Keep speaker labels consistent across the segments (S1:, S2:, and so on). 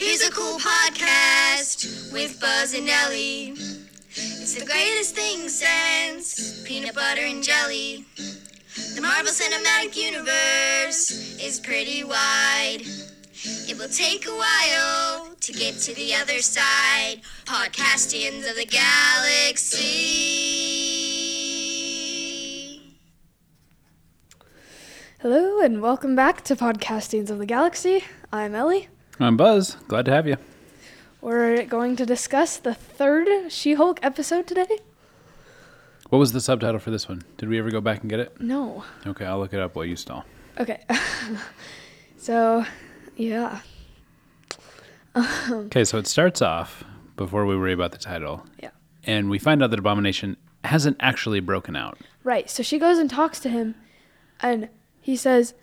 S1: Musical Podcast with Buzz and Nelly. It's the greatest thing since peanut butter and jelly. The Marvel Cinematic Universe is pretty wide. It will take a while to get to the other side. Podcastians of the Galaxy.
S2: Hello and welcome back to Podcastings of the Galaxy. I'm Ellie.
S3: I'm Buzz. Glad to have you.
S2: We're going to discuss the third She Hulk episode today.
S3: What was the subtitle for this one? Did we ever go back and get it?
S2: No.
S3: Okay, I'll look it up while you stall.
S2: Okay. so, yeah.
S3: Okay, so it starts off before we worry about the title,
S2: Yeah.
S3: and we find out that Abomination hasn't actually broken out.
S2: Right. So she goes and talks to him, and he says,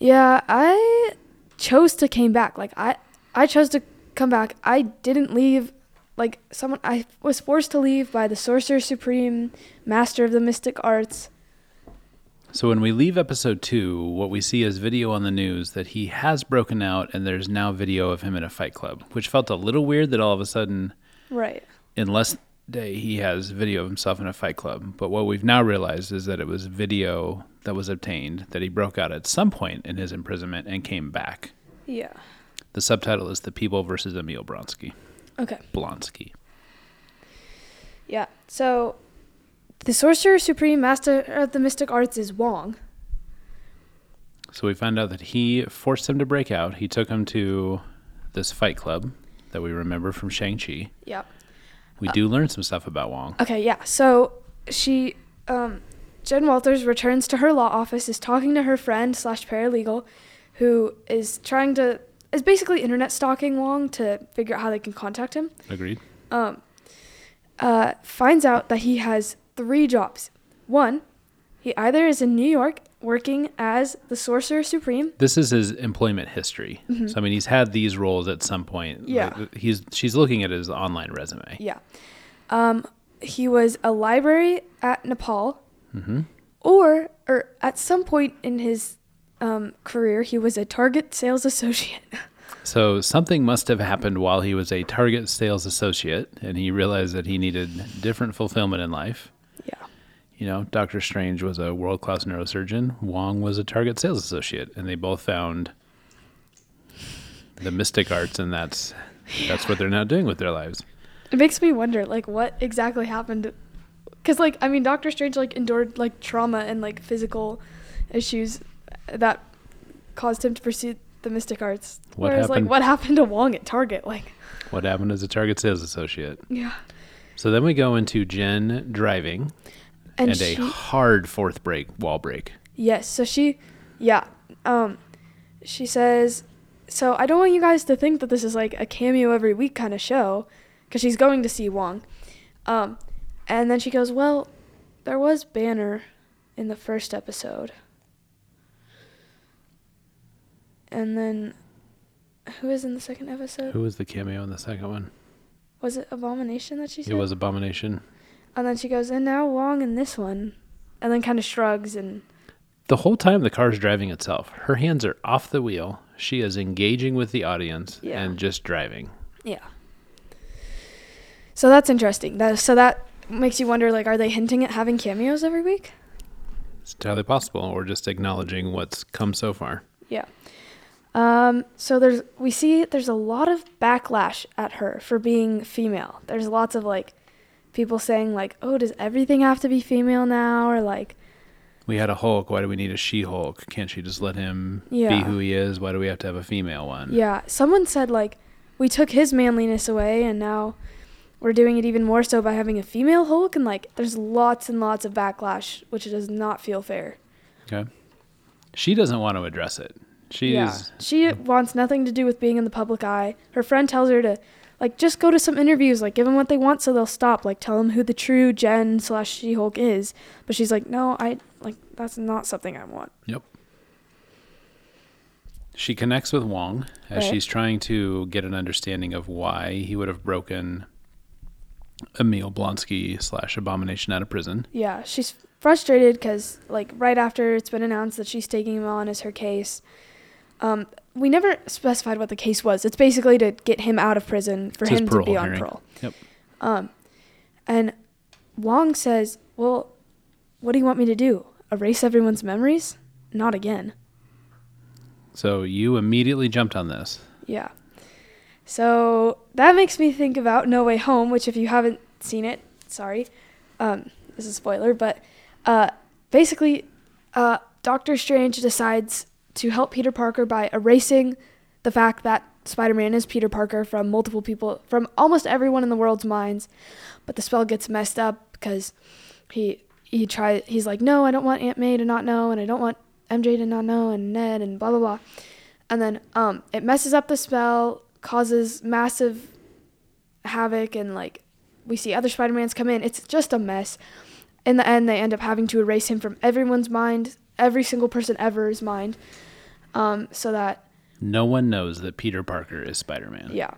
S2: "Yeah, I chose to came back. Like I, I chose to come back. I didn't leave. Like someone, I was forced to leave by the Sorcerer Supreme, Master of the Mystic Arts.
S3: So when we leave episode two, what we see is video on the news that he has broken out, and there's now video of him in a fight club, which felt a little weird that all of a sudden,
S2: Right.
S3: in less day, he has video of himself in a fight club. But what we've now realized is that it was video that was obtained that he broke out at some point in his imprisonment and came back.
S2: Yeah.
S3: The subtitle is The People versus Emil Bronsky.
S2: Okay.
S3: Blonsky.
S2: Yeah. So, the Sorcerer Supreme, Master of the Mystic Arts, is Wong.
S3: So we find out that he forced him to break out. He took him to this fight club that we remember from Shang-Chi.
S2: Yeah.
S3: We do learn some stuff about Wong.
S2: Okay, yeah. So she, um, Jen Walters returns to her law office, is talking to her friend slash paralegal, who is trying to is basically internet stalking Wong to figure out how they can contact him.
S3: Agreed.
S2: Uh, finds out that he has three jobs. One, he either is in New York working as the Sorcerer Supreme.
S3: This is his employment history. So I mean, he's had these roles at some point.
S2: Yeah.
S3: Like, He's she's looking at his online resume.
S2: Yeah. Um, he was a library at Nepal.
S3: Mm-hmm.
S2: Or, or at some point in his um, career, he was a Target sales associate.
S3: So something must have happened while he was a Target sales associate, and he realized that he needed different fulfillment in life.
S2: yeah.
S3: You know, Doctor Strange was a world class neurosurgeon. Wong was a Target sales associate, and they both found the mystic arts, and that's that's what they're now doing with their lives.
S2: It makes me wonder, like, what exactly happened? Because, like, I mean, Doctor Strange, like, endured, like, trauma and, like, physical issues that caused him to pursue the mystic arts.
S3: What
S2: Whereas,
S3: happened-
S2: like, what happened to Wong at Target? Like,
S3: What happened as a Target sales associate?
S2: yeah.
S3: So then we go into Jen driving
S2: And,
S3: and a
S2: she,
S3: hard fourth break wall break.
S2: Yes. So she, yeah. Um, she says, so I don't want you guys to think that this is like a cameo every week kind of show, because she's going to see Wong. Um, and then she goes, well, there was Banner in the first episode. And then, who is in the second episode?
S3: Who was the cameo in the second one?
S2: Was it Abomination that she said?
S3: It was Abomination.
S2: And then she goes, and now Wong in this one, and then kind of shrugs and
S3: The whole time the car's driving itself, her hands are off the wheel. She is engaging with the audience
S2: Yeah.
S3: and just driving.
S2: Yeah. So that's interesting. That so that makes you wonder like are they hinting at having cameos every week?
S3: It's entirely possible, or just acknowledging what's come so far.
S2: Yeah. Um, so there's we see there's a lot of backlash at her for being female. There's lots of like people saying like, "Oh, does everything have to be female now?" or like,
S3: We had a Hulk. Why do we need a She Hulk? Can't she just let him
S2: Yeah.
S3: be who he is? Why do we have to have a female one?
S2: yeah, someone said like, "We took his manliness away and now we're doing it even more so by having a female Hulk." And like there's lots and lots of backlash, which does not feel fair.
S3: Okay. She doesn't want to address it. She's
S2: Yeah. She wants nothing to do with being in the public eye. Her friend tells her to, like, just go to some interviews, like, give them what they want so they'll stop, like, tell them who the true Jen slash She Hulk is. But she's like, no, I, like, that's not something I want.
S3: Yep. She connects with Wong as
S2: Right.
S3: she's trying to get an understanding of why he would have broken Emil Blonsky slash Abomination out of prison.
S2: Yeah, she's frustrated because, like, right after it's been announced that she's taking him on as her case, Um, we never specified what the case was. It's basically to get him out of prison for
S3: It's his
S2: him to
S3: parole
S2: be on
S3: hearing.
S2: parole.
S3: Yep.
S2: Um, and Wong says, "Well, what do you want me to do? Erase everyone's memories? Not again."
S3: So you immediately jumped on this.
S2: Yeah. So that makes me think about No Way Home, which if you haven't seen it, sorry, um, this is a spoiler, but uh, basically, uh, Doctor Strange decides to help Peter Parker by erasing the fact that Spider-Man is Peter Parker from multiple people, from almost everyone in the world's minds, but the spell gets messed up because he he tries. He's like, no, I don't want Aunt May to not know, and I don't want MJ to not know, and Ned, and blah blah blah. And then um, it messes up the spell, causes massive havoc, and like we see other Spider-Mans come in. It's just a mess. In the end, they end up having to erase him from everyone's mind, every single person ever's mind, um, so that
S3: No one knows that Peter Parker is Spider Man.
S2: yeah,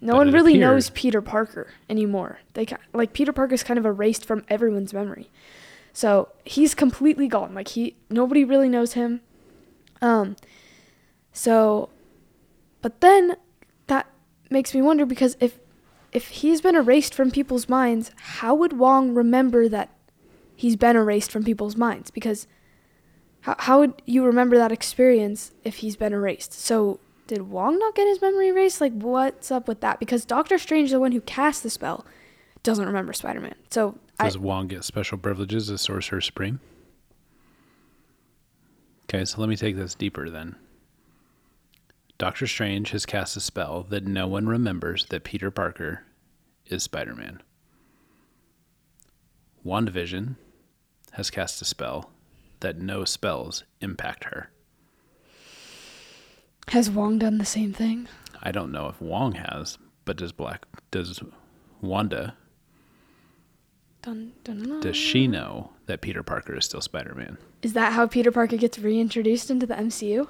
S2: no
S3: But
S2: one
S3: it
S2: really
S3: appeared-
S2: knows Peter Parker anymore. They ki- like Peter Parker's kind of erased from everyone's memory, so he's completely gone. Like he, nobody really knows him. Um, so, but then that makes me wonder because if if he's been erased from people's minds, how would Wong remember that he's been erased from people's minds? Because how how would you remember that experience if he's been erased? So did Wong not get his memory erased? Like what's up with that? Because Doctor Strange, the one who cast the spell, doesn't remember Spider Man. So I,
S3: Does Wong get special privileges as Sorcerer Supreme? Okay, so let me take this deeper then. Doctor Strange has cast a spell that no one remembers that Peter Parker is Spider Man. WandaVision has cast a spell that no spells impact her.
S2: has Wong done the same thing?
S3: I don't know if Wong has, but does Black does Wanda
S2: Dun, dun, dun, dun.
S3: does she know that Peter Parker is still Spider Man?
S2: Is that how Peter Parker gets reintroduced into the MCU?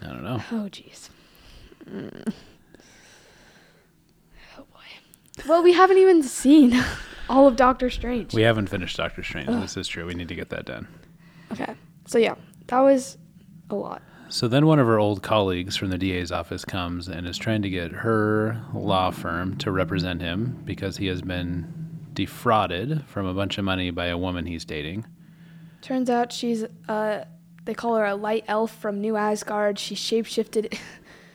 S3: I don't know.
S2: Oh, jeez. Mm. Oh, boy. Well, we haven't even seen all of Doctor Strange.
S3: We haven't finished Doctor Strange. This is true. We need to get that done.
S2: okay. So, yeah, that was a lot.
S3: So then one of her old colleagues from the DA's office comes and is trying to get her law firm to represent him because he has been defrauded from a bunch of money by a woman he's dating.
S2: Turns out she's, uh, they call her a light elf from New Asgard. She shapeshifted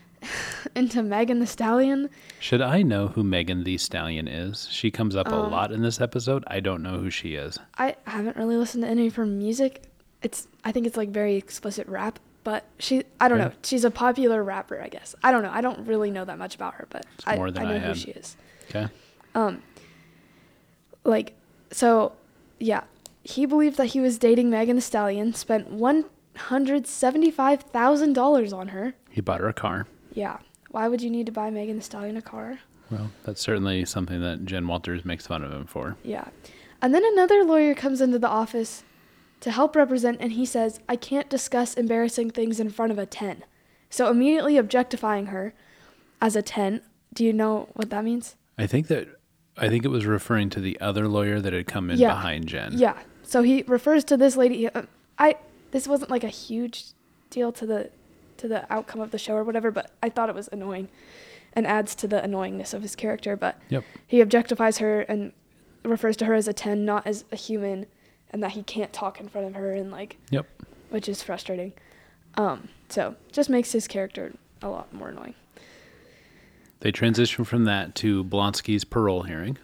S2: into Megan the Stallion.
S3: Should I know who Megan the Stallion is? She comes up
S2: Uh.
S3: a lot in this episode. I don't know who she is.
S2: I haven't really listened to any of her music. It's, I think it's like very explicit rap, but she, I don't
S3: Yeah.
S2: know. She's a popular rapper, I guess. I don't know. I don't really know that much about her, but I,
S3: more than
S2: I know
S3: I
S2: who
S3: had.
S2: she is.
S3: Okay.
S2: like so yeah he believed that he was dating megan the stallion spent $175000 on her
S3: He bought her a car.
S2: yeah why would you need to buy megan the stallion a car
S3: Well, that's certainly something that Jen Walters makes fun of him for.
S2: yeah and then another lawyer comes into the office to help represent and he says i can't discuss embarrassing things in front of a 10 so immediately objectifying her as a 10 do you know what that means
S3: I think that I think it was referring to the other lawyer that had come in
S2: Yeah.
S3: behind Jen.
S2: Yeah. So he refers to this lady. uh, I this wasn't like a huge deal to the to the outcome of the show or whatever, but I thought it was annoying and adds to the annoyingness of his character. But
S3: Yep.
S2: he objectifies her and refers to her as a ten, not as a human, and that he can't talk in front of her and like
S3: Yep.
S2: which is frustrating. Um, so just makes his character a lot more annoying.
S3: They transition from that to Blonsky's parole hearing,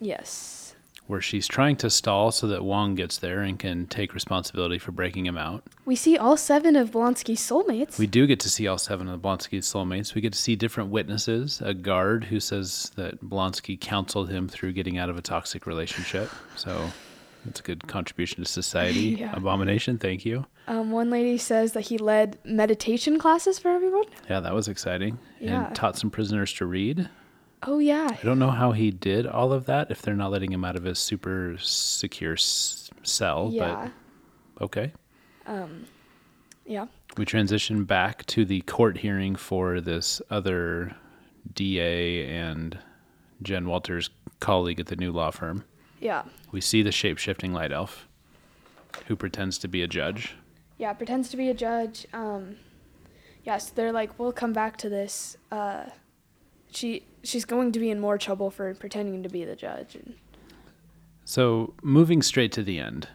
S2: Yes.
S3: where she's trying to stall so that Wong gets there and can take responsibility for breaking him out.
S2: We see all seven of Blonsky's soulmates.
S3: We do get to see all seven of Blonsky's soulmates. We get to see different witnesses, a guard who says that Blonsky counseled him through getting out of a toxic relationship. So that's a good contribution to society.
S2: Yeah.
S3: Abomination, thank you.
S2: Um, one lady says that he led meditation classes for everyone.
S3: Yeah, that was exciting.
S2: Yeah.
S3: And taught some prisoners to read.
S2: Oh yeah,
S3: I don't know how he did all of that if they're not letting him out of his super secure s- cell,
S2: yeah,
S3: but okay.
S2: yeah.
S3: We transition back to the court hearing for this other DA and Jen Walters' colleague at the new law firm.
S2: Yeah.
S3: We see the shape shifting light elf who pretends to be a judge.
S2: Yeah, pretends to be a judge. Um, Yes, they're like, we'll come back to this. Uh, she she's going to be in more trouble for pretending to be the judge. And
S3: So, moving straight to the end,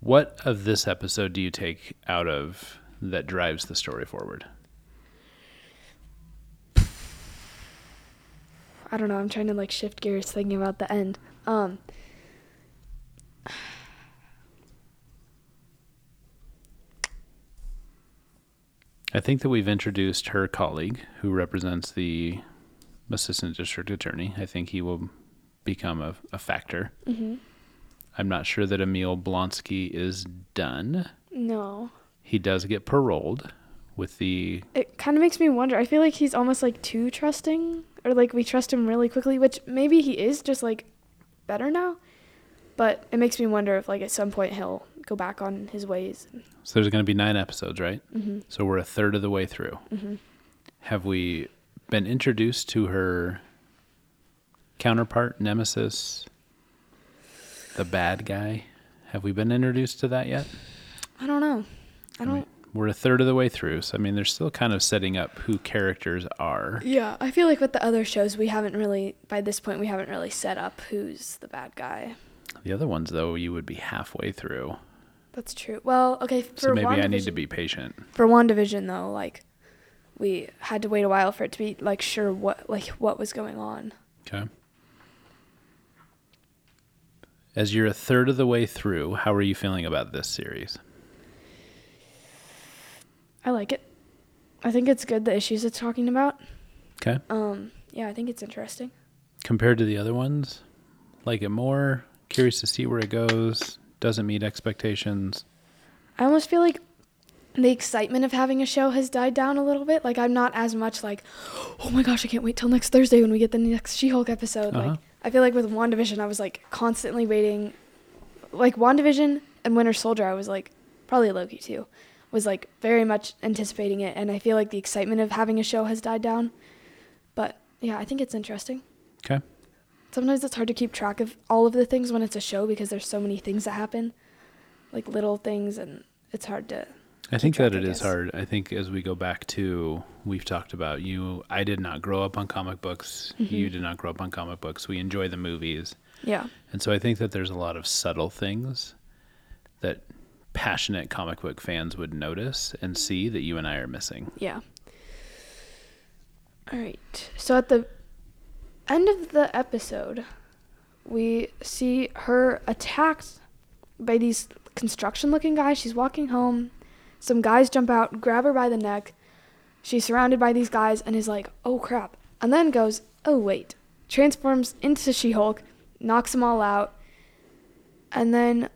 S3: what of this episode do you take out of that drives the story forward?
S2: I don't know. I'm trying to like shift gears, thinking about the end. Um,
S3: I think that we've introduced her colleague who represents the assistant district attorney. I think he will become a, a factor. I'm not sure that Emil Blonsky is done.
S2: no,
S3: He does get paroled with the
S2: it kind of makes me wonder. I feel like he's almost like too trusting, or like we trust him really quickly, which maybe he is just like better now. But it makes me wonder if like at some point he'll go back on his ways.
S3: So there's going to be nine episodes, right? Mm-hmm. So we're a third of the way through. Have we been introduced to her counterpart, nemesis, the bad guy? Have we been introduced to that yet?
S2: I don't know. I don't.
S3: We're a third of the way through. So, I mean, they're still kind of setting up who characters are.
S2: Yeah, I feel like with the other shows, we haven't really, by this point, we haven't really set up who's the bad guy.
S3: The other ones, though, you would be halfway through.
S2: That's true. Well, okay, for
S3: So maybe I need to
S2: WandaVision-
S3: be patient.
S2: for WandaVision though, like we had to wait a while for it to be like sure what like what was going on.
S3: Okay. As you're a third of the way through, how are you feeling about this series?
S2: I like it. I think it's good the issues it's talking about.
S3: Okay.
S2: Um, yeah, I think it's interesting.
S3: compared to the other ones like it more curious to see where it goes doesn't meet expectations
S2: I almost feel like the excitement of having a show has died down a little bit. Like I'm not as much like, oh my gosh, I can't wait till next Thursday when we get the next She-Hulk episode.
S3: Uh-huh.
S2: Like I feel like with WandaVision, I was like constantly waiting. Like WandaVision and Winter Soldier, I was like probably Loki too, was like very much anticipating it, and I feel like the excitement of having a show has died down. But yeah, I think it's interesting.
S3: okay
S2: Sometimes it's hard to keep track of all of the things when it's a show because there's so many things that happen, like little things, and it's hard to
S3: i think
S2: track,
S3: that it
S2: I
S3: is
S2: guess.
S3: hard i think as we go back to we've talked about you i did not grow up on comic books you
S2: Mm-hmm.
S3: did not grow up on comic books we enjoy the movies
S2: Yeah.
S3: and so i think that there's a lot of subtle things that passionate comic book fans would notice and
S2: Mm-hmm.
S3: see that you and i are missing
S2: Yeah. All right. So at the end of the episode, we see her attacked by these construction looking guys. She's walking home. Some guys jump out, grab her by the neck. She's surrounded by these guys and is like, oh crap. And then goes, oh wait. Transforms into She Hulk, knocks them all out. And then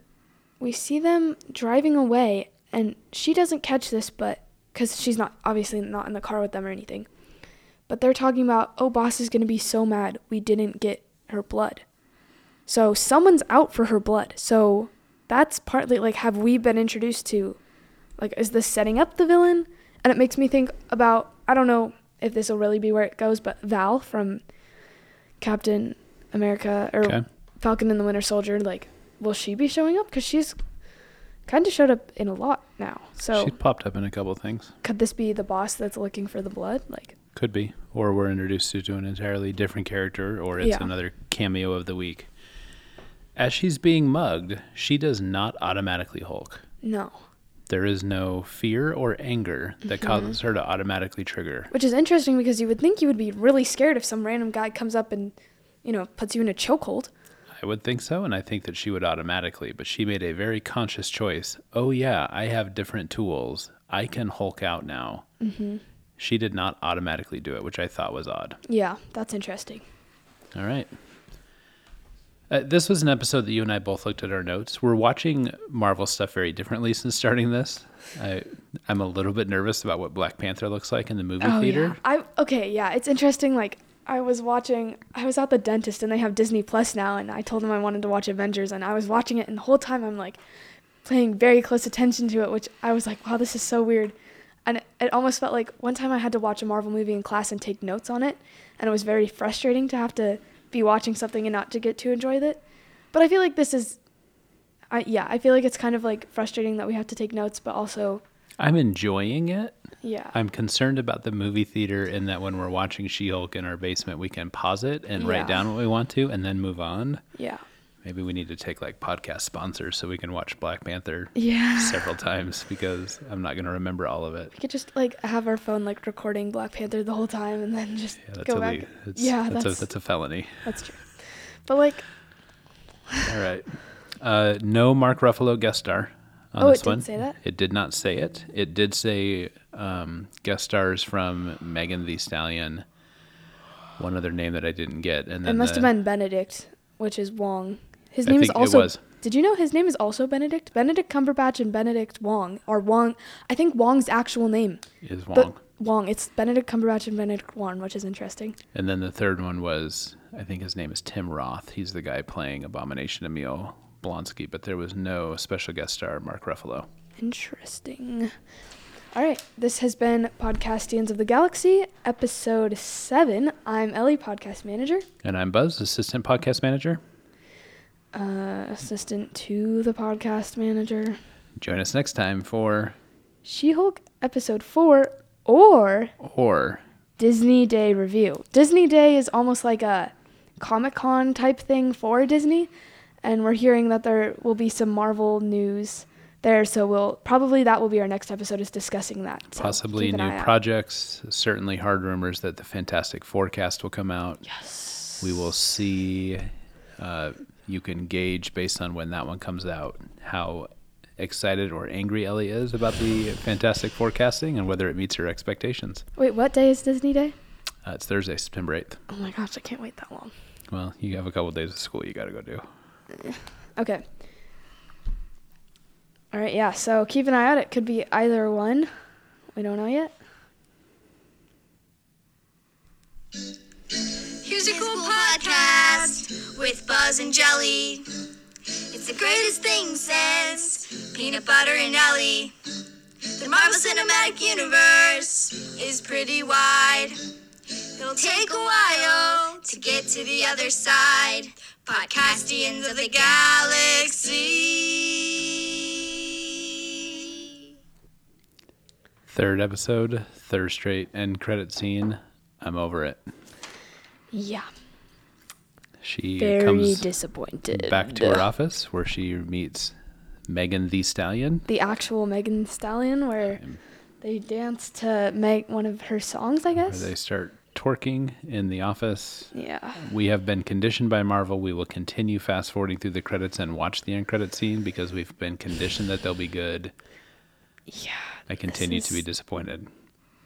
S2: we see them driving away and she doesn't catch this but because she's not obviously not in the car with them or anything but they're talking about oh boss is going to be so mad we didn't get her blood so someone's out for her blood so that's partly like have we been introduced to like is this setting up the villain and it makes me think about i don't know if this will really be where it goes but val from captain america or
S3: okay
S2: Falcon and the Winter Soldier, like, will she be showing up? Because she's kind of showed up in a lot now. So
S3: she popped up in a couple of things
S2: could this be the boss that's looking for the blood? Like,
S3: Could be. Or we're introduced to, to an entirely different character, or it's
S2: Yeah.
S3: another cameo of the week. As she's being mugged, she does not automatically Hulk.
S2: no.
S3: There is no fear or anger that causes her to automatically trigger.
S2: Which is interesting because you would think you would be really scared if some random guy comes up and, you know, puts you in a chokehold.
S3: I would think so, and I think that she would automatically, but she made a very conscious choice. Oh, yeah, I have different tools. I can Hulk out now. She did not automatically do it, which I thought was odd.
S2: Yeah, that's interesting.
S3: All right. Uh, this was an episode that you and I both looked at our notes. We're watching Marvel stuff very differently since starting this. I, I'm a little bit nervous about what Black Panther looks like in the movie theater.
S2: Oh, yeah. I okay, yeah. It's interesting. Like I was watching. I was at the dentist, and they have Disney Plus now. And I told them I wanted to watch Avengers, and I was watching it, and the whole time I'm like paying very close attention to it, which I was like, wow, this is so weird. And it, it almost felt like one time I had to watch a Marvel movie in class and take notes on it, and it was very frustrating to have to be watching something and not to get to enjoy it. But I feel like this is, I yeah, I feel like it's kind of like frustrating that we have to take notes, but also
S3: I'm enjoying it.
S2: Yeah.
S3: I'm concerned about the movie theater in that when we're watching She Hulk in our basement, we can pause it and
S2: Yeah.
S3: write down what we want to and then move on.
S2: yeah.
S3: Maybe we need to take like podcast sponsors so we can watch Black Panther
S2: Yeah.
S3: several times because I'm not going to remember all of it.
S2: We could just like have our phone like recording Black Panther the whole time and then just
S3: Yeah, that's,
S2: go
S3: a,
S2: back.
S3: le- it's,
S2: yeah,
S3: that's,
S2: that's
S3: a, that's a felony.
S2: that's true. But like,
S3: All right. Uh, no Mark Ruffalo guest star on
S2: Oh, it
S3: this
S2: didn't
S3: one.
S2: say that?
S3: It did not say it. It did say um, guest stars from Megan the Stallion, one other name that I didn't get. And then
S2: it must
S3: the-
S2: have been Benedict, which is Wong. His
S3: I
S2: name is
S3: think it
S2: also.
S3: was.
S2: Did you know his name is also Benedict? Benedict Cumberbatch and Benedict Wong are Wong. I think Wong's actual name.
S3: is
S2: The-
S3: Wong.
S2: Wong. It's Benedict Cumberbatch and Benedict Wong, which is interesting.
S3: and then the third one was, I think his name is Tim Roth. He's the guy playing Abomination Emil Blonsky, but there was no special guest star Mark Ruffalo.
S2: Interesting. All right, this has been Podcastians of the Galaxy, episode seven. I'm Ellie, podcast manager.
S3: And I'm Buzz, assistant podcast manager.
S2: uh, assistant to the podcast manager.
S3: Join us next time for
S2: She Hulk episode four or
S3: or
S2: Disney Day review. Disney Day is almost like a Comic Con type thing for Disney, and we're hearing that there will be some Marvel news there, so we'll probably that will be our next episode is discussing that. So
S3: possibly
S2: keep an
S3: new
S2: eye out.
S3: projects. Certainly, hard rumors that the Fantastic Forecast will come out. Yes. We will see. Uh, you can gauge based on when that one comes out how excited or angry Ellie is about the Fantastic Forecasting and whether it meets her expectations.
S2: Wait, what day is Disney Day?
S3: Uh, it's Thursday, September 8th.
S2: Oh my gosh, I can't wait that long.
S3: Well, you have a couple days of school you got to go do.
S2: Okay. All right, yeah, so keep an eye out. It could be either one. We don't know yet.
S1: Here's a cool podcast with Buzz and Jelly. It's the greatest thing since Peanut Butter and Ellie. The Marvel Cinematic Universe is pretty wide. It'll take a while to get to the other side. Podcastians of the Galaxy.
S3: Third episode, third straight end credit scene. I'm over it.
S2: Yeah.
S3: She
S2: very
S3: comes
S2: disappointed.
S3: back to her office where she meets Megan the Stallion.
S2: the actual Megan Thee Stallion, where they dance to make one of her songs, I
S3: where
S2: guess.
S3: They start twerking in the office.
S2: Yeah,
S3: We have been conditioned by Marvel. We will continue fast forwarding through the credits and watch the end credit scene because we've been conditioned that they'll be good.
S2: yeah.
S3: I continue to be
S2: is- Mm.
S3: disappointed.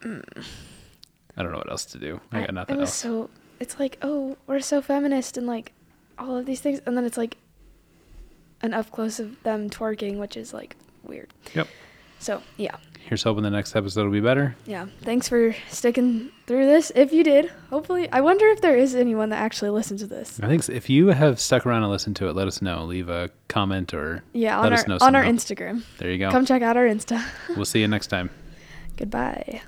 S3: I don't know what else to do. I got
S2: I-
S3: nothing
S2: it was
S3: else.
S2: so. It's like, oh, we're so feminist and like all of these things, and then it's like an up close of them twerking, which is like weird.
S3: Yep.
S2: So yeah,
S3: Here's hoping the next episode will be better.
S2: yeah. Thanks for sticking through this. If you did, hopefully, I wonder if there is anyone that actually listened to this.
S3: I think s- if you have stuck around and listened to it, let us know. Leave a comment or
S2: Yeah,
S3: let
S2: on
S3: us
S2: our
S3: know
S2: on our
S3: somehow.
S2: Instagram.
S3: There you go.
S2: Come check out our Insta.
S3: We'll see you next time.
S2: Goodbye.